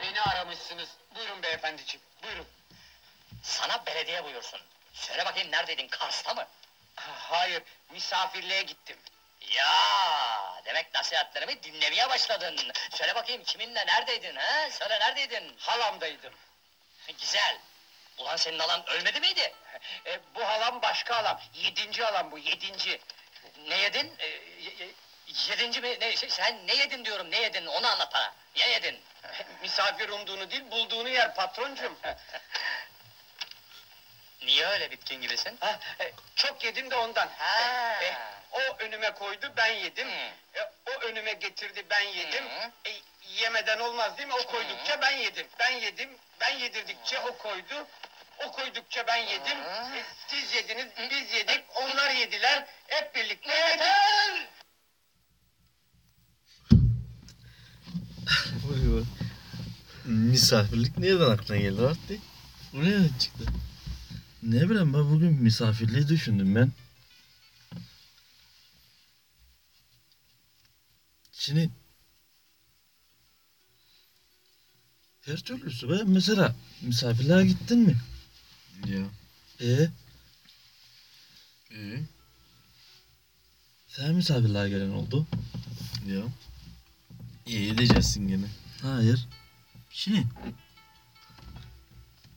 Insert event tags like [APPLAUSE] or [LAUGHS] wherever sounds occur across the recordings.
Beni aramışsınız. Buyurun beyefendiciğim. Buyurun. Sana belediye buyursun. Söyle bakayım neredeydin? Kars'ta mı? Hayır, misafirliğe gittim. Ya demek nasihatlerimi dinlemeye başladın. Söyle bakayım kiminle neredeydin ha? Söyle neredeydin? Halamdaydım. Güzel. Ulan senin alan ölmedi miydi? E, bu halam başka halam. Yedinci halam bu, yedinci. Ne yedin? Ee, ye- ye- yedinci mi? Ne, şey, sen ne yedin diyorum ne yedin onu anlat bana. Ne yedin? Misafir umduğunu değil, bulduğunu yer patroncum. Niye öyle bitkin gibisin? Ha, e, çok yedim de ondan. Ha. E, e, o önüme koydu, ben yedim. Hı. E, o önüme getirdi, ben yedim. Hı. E, yemeden olmaz değil mi? O koydukça ben yedim. Ben yedim, ben yedirdikçe o koydu. O koydukça ben yedim. Hı. E, siz yediniz, biz yedik, onlar yediler. Hep birlikte yedik. Vay be. Misafirlik nereden aklına geldi artık? Bu nereden çıktı? Ne bileyim ben bugün misafirliği düşündüm ben. Şimdi her türlüsü be. Mesela misafirliğe gittin mi? Ya. E Ee? sen misafirliğe gelen oldu. Ya. İyi edeceksin gene. Hayır. Şimdi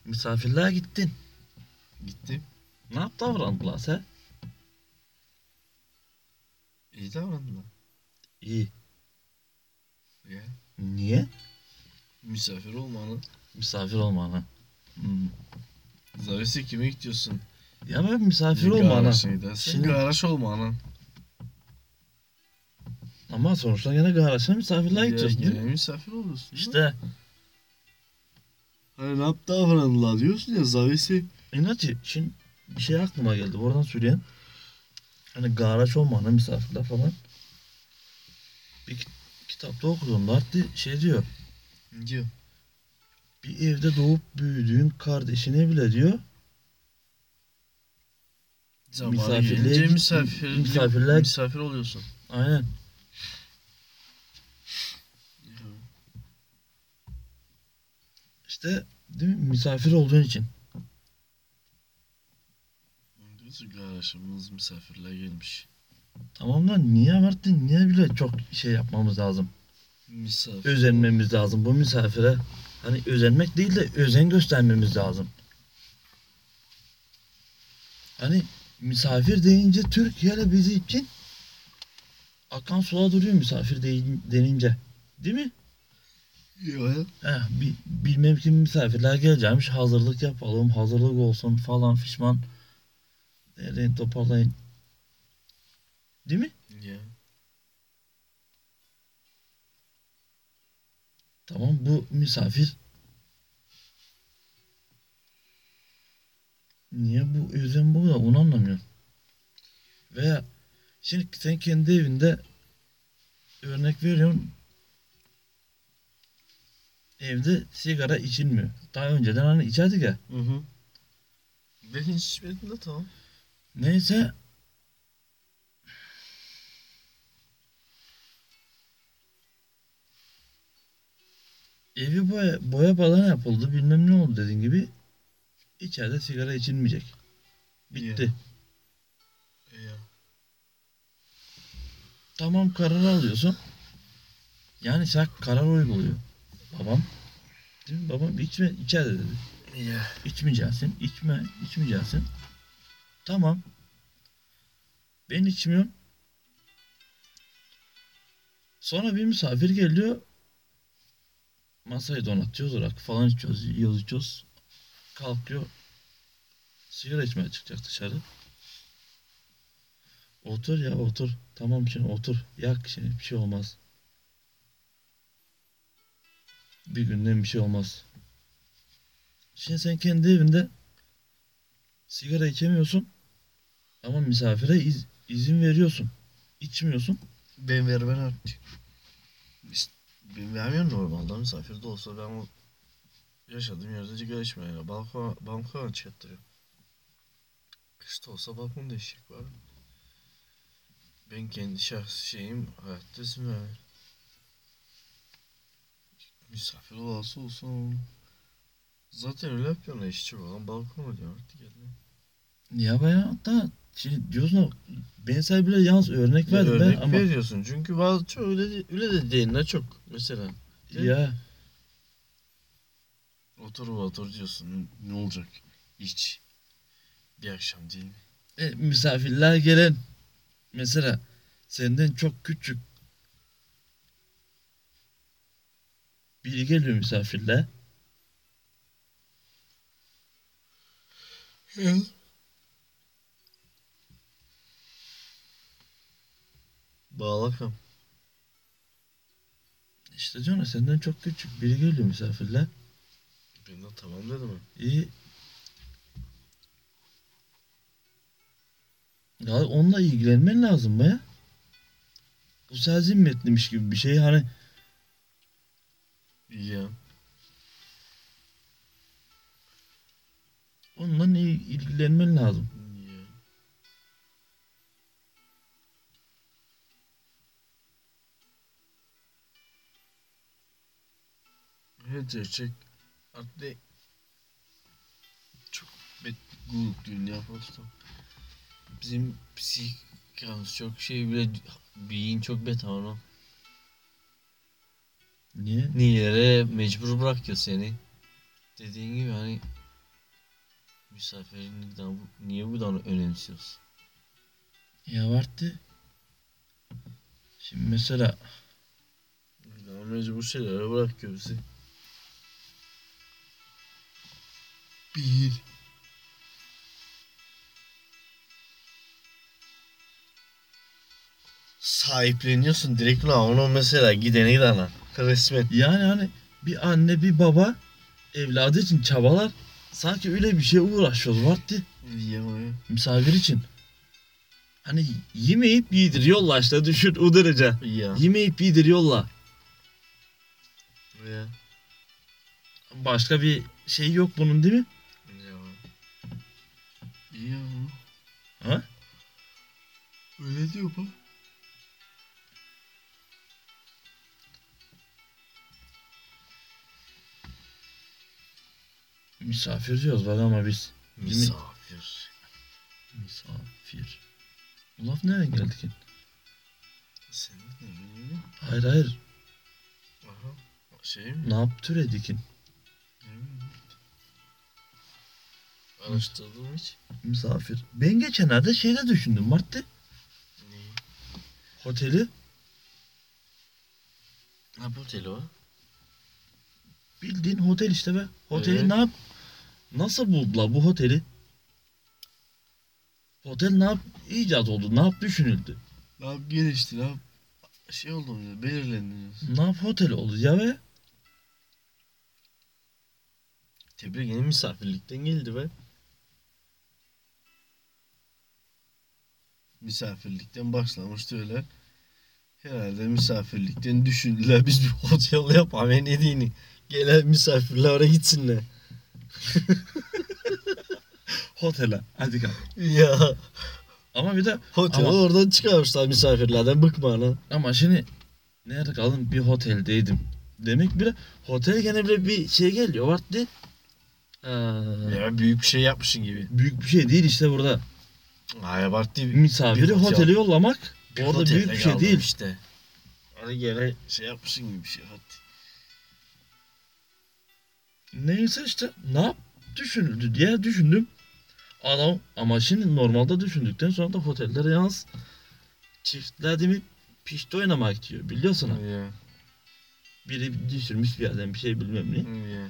misafirliğe gittin. Gitti. Ne yaptı davrandılar sen? İyi davrandılar. İyi. Ya. Niye? Misafir olmanın Misafir olmanı. Hmm. zavisi kime gidiyorsun? Ya ben misafir olmanı. olmanın. Şimdi- Şimdi garaj olmanın. Ama sonuçta gene garajına misafirliğe gideceğiz değil Gene mi? misafir oluyorsun. İşte Hani ne yap davrandılar diyorsun ya zavisi. inatçı şimdi bir şey aklıma geldi. Oradan söyleyen hani garaj olmanı misafirler falan. Bir ki- kitapta okudum. Lartti şey diyor. Diyor. Bir evde doğup büyüdüğün kardeşine bile diyor. Zamanı Misafirliğe gelince git- misafir, misafirler- misafir oluyorsun. Aynen. İşte değil mi? Misafir olduğun için. Diyorsun garajımız misafirler gelmiş. Tamam lan niye abarttın? Niye bile çok şey yapmamız lazım? Misafir. özenmemiz lazım bu misafire. Hani özenmek değil de özen göstermemiz lazım. Hani misafir deyince Türkiye'yle bizi için akan sular duruyor misafir deyin- denince. Değil mi? Ya. Heh, bi- bilmem kim misafirler geleceğimiş. Hazırlık yapalım, hazırlık olsun falan fişman. Derleyin, toparlayın. Değil mi? Ya. Tamam bu misafir. Niye bu özen bu da onu anlamıyorum. Veya şimdi sen kendi evinde örnek veriyorum. Evde sigara içilmiyor. Daha önceden hani içerdik ya. Hı hı. Ben hiç içmedim de tamam. Neyse. Evi boya, boya falan yapıldı bilmem ne oldu dediğin gibi. İçeride sigara içilmeyecek. Bitti. Ya. Ya. Tamam kararı alıyorsun. Yani sen karar uyguluyor. Babam. Değil mi? Babam içme, içeride dedi. Ya. İçmeyeceksin. içme, içmeyeceksin. Tamam. Ben içmiyorum. Sonra bir misafir geliyor. Masayı donatıyoruz. Rakı falan içiyoruz. Yiyoruz içiyoruz. Kalkıyor. Sigara içmeye çıkacak dışarı. Otur ya otur. Tamam şimdi otur. Yak şimdi bir şey olmaz. Bir günden bir şey olmaz. Şimdi sen kendi evinde sigara içemiyorsun ama misafire iz- izin veriyorsun. İçmiyorsun. Ben vermen artık. İşte ben vermiyorum normalde misafir de olsa ben o yaşadığım yerde sigara içmeye balkona, balkona çıkarttırıyorum. Kışta olsa balkon değişik var. Ben kendi şahsi şeyim hayatta izin vermiyorum. Misafir olası olsun. Zaten öyle yapıyorlar işçi falan balkona diyor artık ya. Ya bayağı hatta şimdi diyorsun o ben sana bile yalnız örnek Ya verdim örnek ben ama veriyorsun çünkü bazı çok öyle de, öyle de değil ne çok mesela. ya Otur otur diyorsun ne olacak iç bir akşam değil mi? e, misafirler gelen mesela senden çok küçük biri geliyor misafirler. Bağlakam. İşte diyorum ya, senden çok küçük biri geliyor misafirler. Ben de tamam dedim. mi? İyi. Ya onunla ilgilenmen lazım baya. Bu sana zimmetlimiş gibi bir şey hani İyi ya. onunla il- ilgilenmen lazım. iyi ya. Evet gerçek. Adlı çok bet guruk dünya dostum. Bizim psikiyatrımız çok şey bile beyin çok bet ama Niye? nilere mecbur bırakıyor seni. Dediğin gibi hani misafirini daha bu- niye bu kadar önemsiyorsun? Ya vardı. Şimdi mesela Daha mecbur şeylere bırakıyor bizi. Bir. Sahipleniyorsun direkt lan onu mesela gidene giden lan. Resmen. yani hani bir anne bir baba evladı için çabalar. Sanki öyle bir şey uğraşıyor vardı Yiyemem. misafir için. Hani yemeyip yediriyorlar işte düşün o derece. Ya. Yemeyip yediriyorlar. Ya. Başka bir şey yok bunun değil mi? Ya. İyi ya. Ha? Öyle diyor bak. Misafir diyoruz var ama biz. mi? Misafir. Misafir. Bu laf nereden geldi ki? Senin ne bileyim Hayır hayır. ya? Aha. Şey mi? Ne yap türedikin? Ne bileyim. Araştırdım hiç. Misafir. Ben geçenlerde şeyde düşündüm Mart'te. Neyi? Oteli Ha bu telo. bildiğin hotel işte be. Oteli Evet. ne yap? Nasıl buldular bu oteli? Otel ne yap? icat oldu. Ne yap düşünüldü? Ne yap gelişti ne yap? Şey oldu mu? Belirlendiniz. Ne yap otel oldu ya be? Tebrik yeni misafirlikten geldi be. Misafirlikten başlamıştı öyle. Herhalde misafirlikten düşündüler biz bir hotel yapalım ne dediğini. Gelen misafirler oraya gitsinler. Otele. Hadi kalk. Ya Ama bir de hotel Ama- oradan çıkarmışlar misafirlerden bıkma lan. Ama şimdi nerede kalın bir oteldeydim. Demek bile otel gene bile bir şey geliyor vardı. Ee, Ya büyük bir şey yapmışsın gibi. büyük bir şey değil işte burada. Ay abarttı. Misafiri Bir hotel. otele yollamak orada büyük bir şey değil. işte. Orada gene şey yapmışsın gibi bir şey. Hadi. Neyse işte ne yap düşünüldü diye düşündüm. Adam ama şimdi normalde düşündükten sonra da otellere yalnız çiftler değil mi pişti oynamak diyor biliyorsun. ha. Ya, Biri düşürmüş bir yerden bir şey bilmem ne. ya.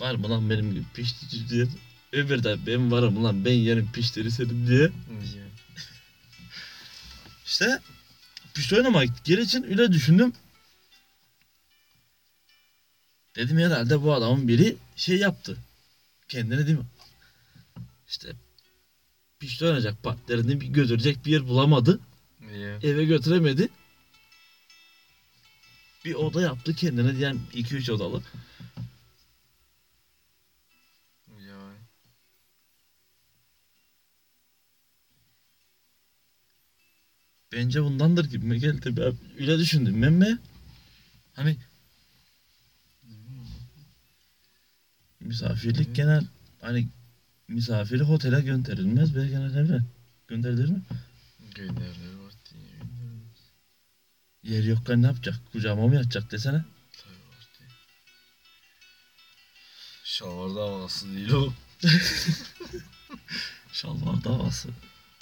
Var mı lan benim gibi pişti diye. Öbür de ben varım lan ben yerim pişleri senin diye. ya. İşte pişti oynamak geri için öyle düşündüm. Dedim herhalde bu adamın biri şey yaptı. Kendini değil mi? İşte pişti oynayacak partilerini bir götürecek bir yer bulamadı. Ya. Eve götüremedi. Bir oda yaptı kendine diyen 2-3 odalı. Ya. Bence bundandır gibime geldi. Ben öyle düşündüm. Ben mi? Hani Misafirlik Hı. genel hani misafiri otele gönderilmez be genel evre. Gönderilir mi? Gönderilir var diye. Gönderilir. Yer yokken ne yapacak? Kucağıma mı yatacak desene. Tabii var diye. Şalvar davası değil o. Şalvar davası.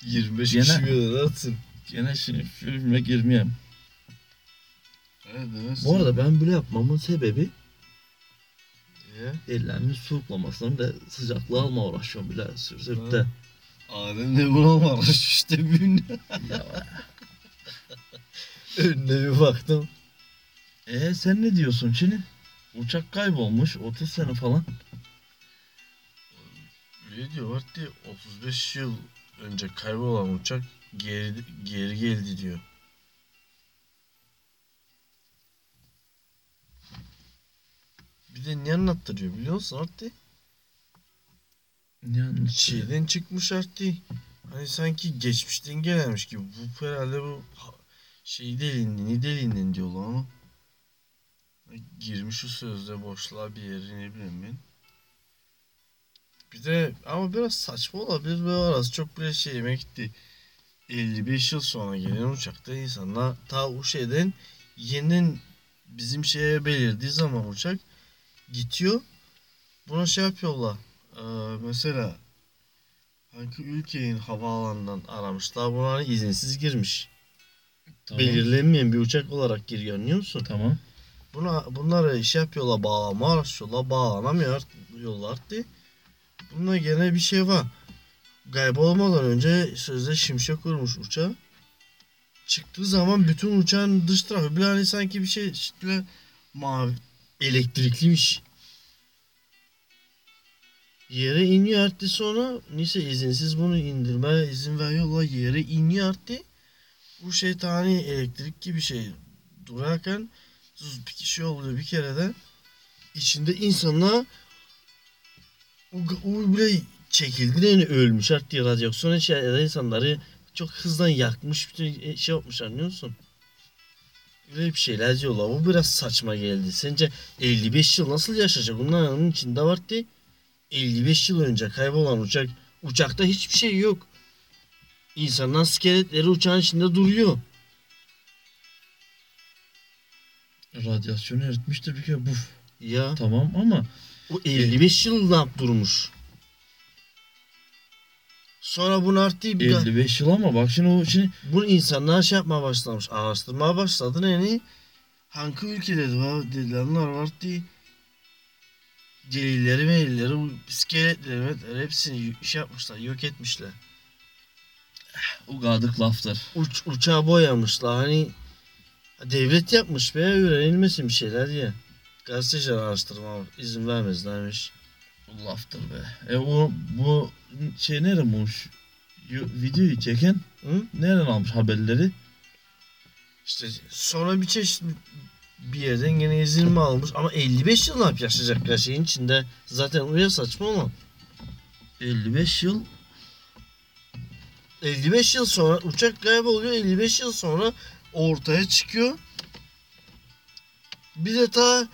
25 Gene- kişi gönderi atsın. Gene şimdi filme girmeyeyim. Evet, evet. Bu arada ben böyle yapmamın sebebi Ya. ellerimin soğuklamasının ve sıcaklığı alma uğraşıyorum bile sür sürüp de. Ha. Adem de buna varmış işte bir Ya, [LAUGHS] Önüne bir baktım. e sen ne diyorsun şimdi? Uçak kaybolmuş 30 sene falan. Ne diyor var diye 35 yıl önce kaybolan uçak geri, geri geldi diyor. Bir de ne anlattırıyor biliyor musun Arti? Yani şey, Şeyden çıkmış Arti. Hani sanki geçmişten gelenmiş gibi. Bu herhalde bu ha- şey delinden, ne delinden diyorlar ama. Girmiş o sözde boşluğa bir yeri ne bileyim ben. Bir de ama biraz saçma olabilir ve arası çok bile şeyime gitti. 55 yıl sonra gelen uçakta insanlar ta o şeyden yeniden bizim şeye belirdiği zaman uçak gidiyor. Buna şey yapıyorlar. Ee, mesela hangi ülkenin havaalanından aramışlar. Buna hani izinsiz girmiş. tamam. Belirlenmeyen bir uçak olarak giriyor anlıyor musun? Tamam. Buna bunlara iş yapıyorlar, bağlama araştırıyorlar, bağlanamıyor yollar diye. Bunda gene bir şey var. Kaybolmadan önce sözde şimşek vurmuş uçağa. Çıktığı zaman bütün uçağın dış tarafı bile hani sanki bir şey işte böyle mavi şey. elektrikliymiş. Yere iniyor arttı sonra neyse izinsiz bunu indirme izin veriyorlar yere iniyor arttı. Bu şeytani elektrik gibi şey durarken Sus bir kişi şey oluyor bir kere de içinde insanlar o, o bile çekildi de yani ölmüş artık diye radyasyona şeyde insanları çok hızdan yakmış bütün şey yapmış anlıyor musun? Öyle bir şeyler diyorlar. Bu biraz saçma geldi. Sence 55 yıl nasıl yaşayacak? Bunların onun içinde var ki 55 yıl önce kaybolan uçak uçakta hiçbir şey yok. İnsanların skeletleri uçağın içinde duruyor. Radyasyonu eritmiştir bir kere buf. Ya Tamam ama Bu 55 yıl lamp durmuş. Sonra bunu arttı. 55 yıl ama bak şimdi o şimdi Bunu insanlar şey yapmaya başlamış. Araştırmaya başladı yani. Hangi ülkede dedi, dediler var diye. Delilleri meyilleri, iskeletleri metleri hepsini şey yapmışlar, yok etmişler. o gadık laftır. Uç, uçağı boyamışlar hani. Devlet yapmış be öğrenilmesin bir şeyler diye. Gazeteciler araştırma izin vermezlermiş. O laftır be. E o bu şey nereden bulmuş? Yo- Videoyu çeken Hı? nereden almış haberleri? İşte sonra bir çeşit bir yerden gene izin mi almış ama 55 yıl ne yap yaşayacaklar şeyin içinde zaten uya saçma ama 55 yıl 55 yıl sonra uçak kayboluyor 55 yıl sonra ortaya çıkıyor. Bir de ta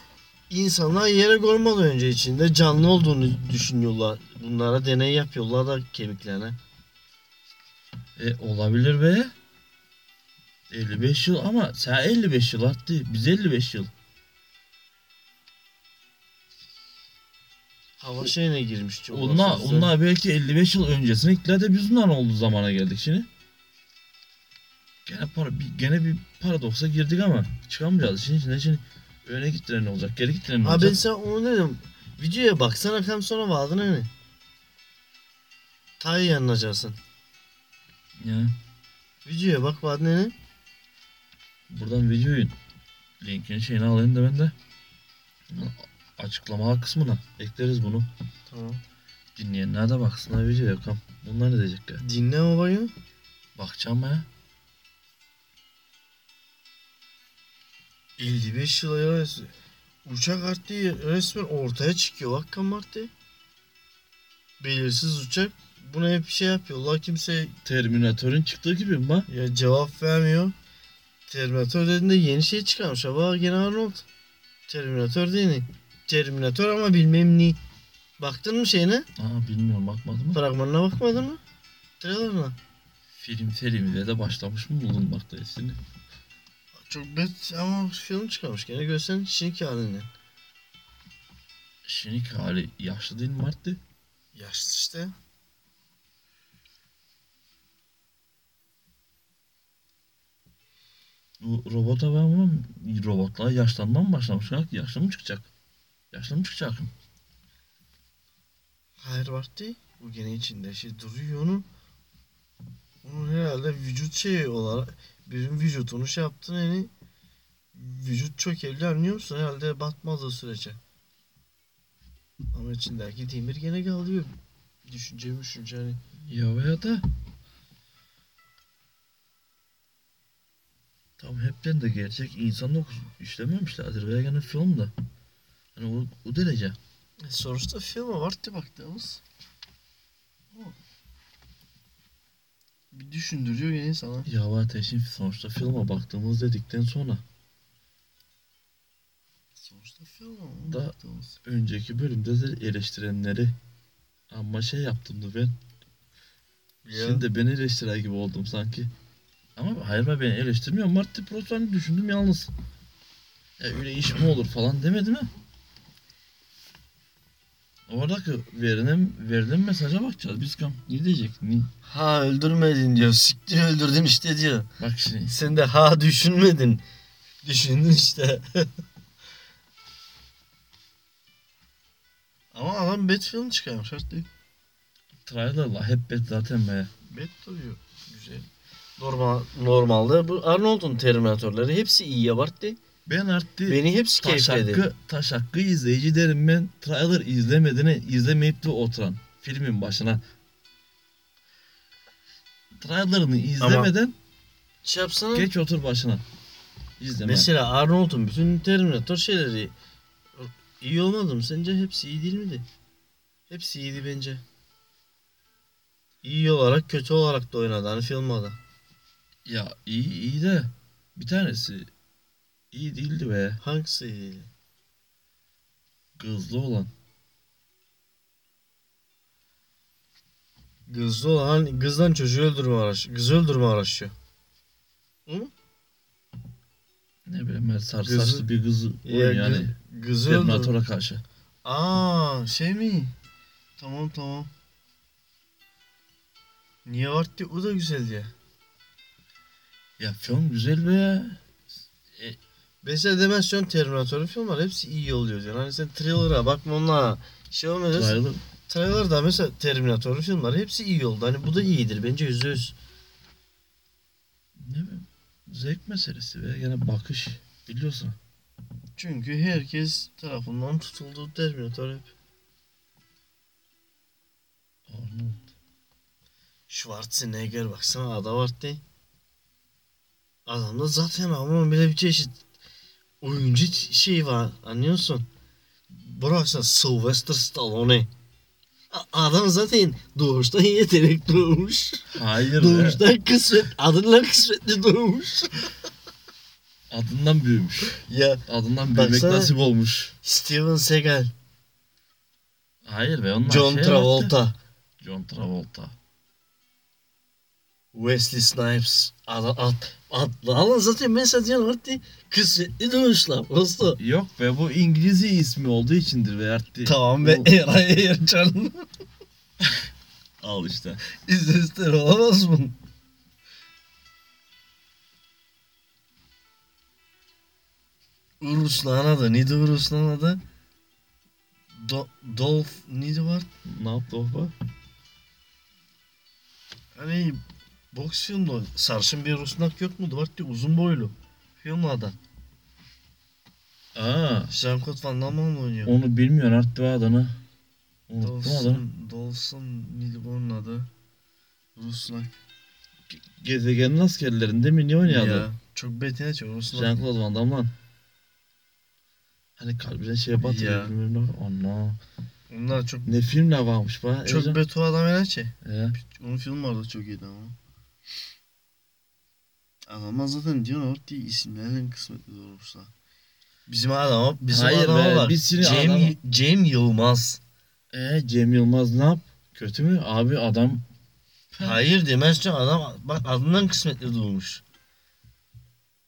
insanlar yere koymadan önce içinde canlı olduğunu düşünüyorlar. Bunlara deney yapıyorlar da kemiklerine. e, olabilir be. 55 yıl ama sen 55 yıl attı. Biz 55 yıl. Hava şeyine girmiş. diyorlar Onlar, sözde. onlar belki 55 yıl öncesine ikna de biz bundan olduğu zamana geldik şimdi. Gene para, bir, gene bir paradoksa girdik ama çıkamayacağız. Şimdi şimdi, şimdi öne gittiler ne olacak, geri gittiler ne Ha ben olacak? sen onu dedim. Videoya baksana hem sonra hani. vardı ne? Tay yanılacaksın. Yani Videoya bak hani. vardı ne? buradan videoyu linkini şeyini alayım da ben de açıklama kısmına ekleriz bunu. Tamam. Dinleyenler de baksınlar videoya kam. Bunlar ne diyecekler? Dinle babayı. Bakacağım ben. 55 yıl arası. Uçak arttı resmen ortaya çıkıyor. Hakkım arttı. Belirsiz uçak. Buna hep şey yapıyorlar. Kimse Terminatör'ün çıktığı gibi mi bak? ya cevap vermiyor. Terminator dediğinde yeni şey çıkarmış. Ama gene Arnold. Terminator değil. Terminator ama hani. bilmem ne. Baktın mı şeyine? Aa bilmiyorum bakmadım mı? Fragmanına bakmadın mı? Trailerına. Film filmiyle de başlamış mı bulunmaktaysın? Çok bet ama film çıkarmış. Gene görsen şinik halini. Şinik hali yaşlı değil mi Mart'ti? Yaşlı işte. Bu robota ben bunu robotlar yaşlanma mı başlamış? Ha, Yaşlı mı çıkacak? Yaşlı mı çıkacak? Hayır var değil. Bu gene içinde şey duruyor onu. Onun herhalde vücut şeyi olarak birim vücudunu şey yaptın yani vücut çok evli anlıyor musun? Herhalde batmaz o sürece. Ama içindeki demir gene kalıyor. Düşünce düşünce hani. Ya veya da tam hepten de gerçek insan dokusu işlememişlerdir veya gene filmde. Hani o, o derece. E, sonuçta film var diye baktığımız. Ama Bir düşündürüyor yani sana. Ya ve ateşin sonuçta filme baktığımız dedikten sonra Sonuçta film ama Da- baktığımız. önceki bölümde de eleştirenleri ama şey yaptımdı ben. Ya. Şimdi de beni eleştirer gibi oldum sanki. Ama hayır ben beni eleştirmiyor. Marty Proton'u düşündüm yalnız. Ya öyle iş mi olur falan demedi mi? Oradaki verilen, verilen mesaja bakacağız biz kam. Ne diyecek? Ne? Ha öldürmedin diyor. Siktir öldürdün işte diyor. Bak şimdi. Sen de ha düşünmedin. Düşündün işte. [LAUGHS] Ama adam Bat film çıkarmış artık. Trailerla hep bet zaten be. Bat duruyor. Güzel. Normal, normalde bu Arnold'un Terminatörleri hepsi iyi abarttı. Ben arttı. Beni hepsi taş keyifledi. hakkı, taş hakkı izleyici derim ben. Trailer izlemediğini izlemeyip de oturan. Filmin başına. Trailerını izlemeden Şey yapsana. Geç otur başına. İzleme. Mesela Arnold'un bütün Terminator şeyleri iyi olmadı mı? Sence hepsi iyi değil miydi? Hepsi iyiydi bence. İyi olarak kötü olarak da oynadı hani filmada. Ya iyi iyi de bir tanesi iyi değildi be. Hangisi iyiydi? Kızlı olan. Kızlı olan kızdan çocuğu öldürme araç, kız öldürme araçı. Ne bileyim ben sarı Kızı- saçlı bir kızı oynuyor yani. Kızı öldürme. Terminator'a karşı. Aa şey mi? Tamam tamam. Niye vardı? O da güzeldi ya. Ya film güzel be. Mesela Demensiyon Terminator'un filmler hepsi iyi oluyor diyor. Hani sen trailer'a bakma onunla şey olmuyor. Trailer. Trailer da mesela Terminator filmleri hepsi iyi oldu. Hani bu da iyidir bence yüzde yüz. Ne bileyim. Zevk meselesi be. Gene bakış. Biliyorsun. Çünkü herkes tarafından tutuldu Terminator hep. Arnold. Schwarzenegger baksana adam arttı. Adamda zaten ama bile bir çeşit oyuncu t- şeyi var anlıyorsun. Bıraksan Sylvester Stallone. A- Adam zaten doğuştan yetenek doğmuş. Hayır be. doğuştan kısmet, adından kısmetli doğmuş. Adından büyümüş. ya Adından büyümek Baksana. nasip olmuş. Steven Seagal, Hayır be onlar John şey yaptı. Travolta. John Travolta. Wesley Snipes. Adam at. At. Alın zaten mesela diyen var diye. Kız ne dönüşler. Nasıl? Yok be bu İngilizce ismi olduğu içindir be artık. Tamam be Bu- Eray [LAUGHS] Ercan. Al işte. İzlesler olamaz mı? Ruslan adı. Neydi Ruslan adı? Do Dolph neydi var? Ne yaptı o be? Hani boks filmde o- sarışın bir Rusnak yok muydu? Var diye uzun boylu. Filmli adam. Aa, Jean-Claude Van Damme onunla oynuyor. onu bilmiyorsun artık o adını. Unuttum adını. Dolsun, Dolsun neydi bu onun adı? Ruslan. Gezegenin askerlerinde mi ne oynuyordu? Ya, çok betine çok Ruslan. Jean-Claude Van Damme lan. Hani kalbine şey batıyor Ya. bilmem ne. Allah. Onlar çok Ne filmle varmış be. çok Ercan. betu adam öyle şey. He. Onun film vardı çok iyiydi ama. Adamlar zaten diyor orta diye isimlerinin kısmetli doğrusu. Bizim adama, bizim Hayır adama be, var. biz şimdi Cem, adama- Cem Yılmaz. E Cem Yılmaz ne yap? Kötü mü? Abi adam Hayır demez canım adam bak adından kısmetli doğmuş.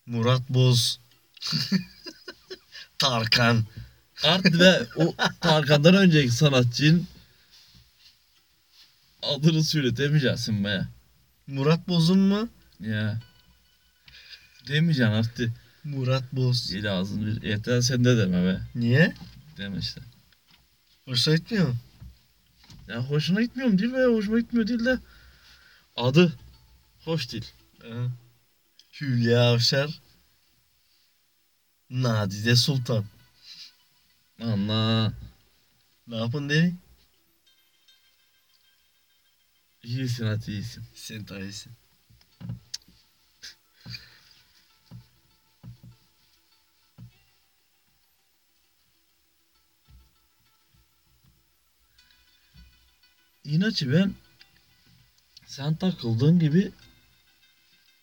Murat [LAUGHS] Boz. Tarkan. Art ve [LAUGHS] o Tarkan'dan önceki sanatçının adını söyletemeyeceksin be. Murat Boz'un mu? Ya. Demeyeceksin artık. Murat Boz. Dil ağzını bir yeter sen de deme be. Niye? Deme işte. Hoşuna gitmiyor mu? Ya hoşuna gitmiyor mu değil be? Hoşuma gitmiyor değil de. Adı. Hoş değil. Hı. Hülya Avşar. Nadide Sultan. Anla. Ne yapın dedi? İyisin hadi iyisin. Sen tanesi. İnaçı ben sen takıldığın gibi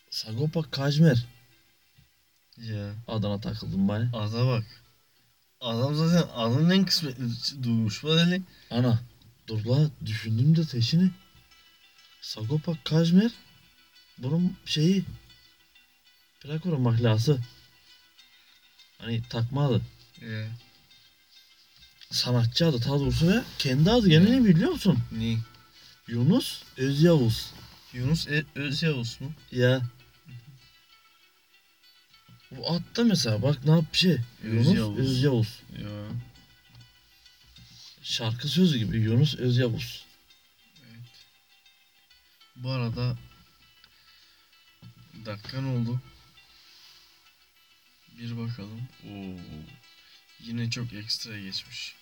Sagopa Kajmer Ya. adına takıldım bari. Ada bak. Adam zaten adının en kısmetli doğmuş. Bak hele. Ana dur la düşündüm de teşini. Sagopa Kajmer bunun şeyi Prakora mahlası. Hani takma adı. Ya. Sanatçı adı daha doğrusu ve kendi adı gene ne biliyor musun? Ne? Yunus Özyavuz. Yunus e- Özyavuz mu? Ya. Bu atta mesela bak ne yap bir şey. Yunus Özyavuz. Özyavuz. Ya. Şarkı sözü gibi Yunus Özyavuz. Bu arada dakikan oldu. Bir bakalım. Oo. Yine çok ekstra geçmiş.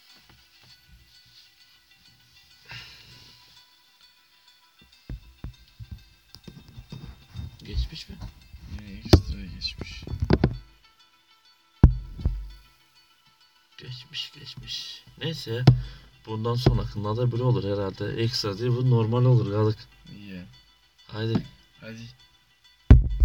Geçmiş mi? Yine ekstra geçmiş. Geçmiş geçmiş. Neyse. Bundan sonrakında da böyle olur herhalde. Ekstra değil bu normal olur galık. İyi. ya. Haydi. Hadi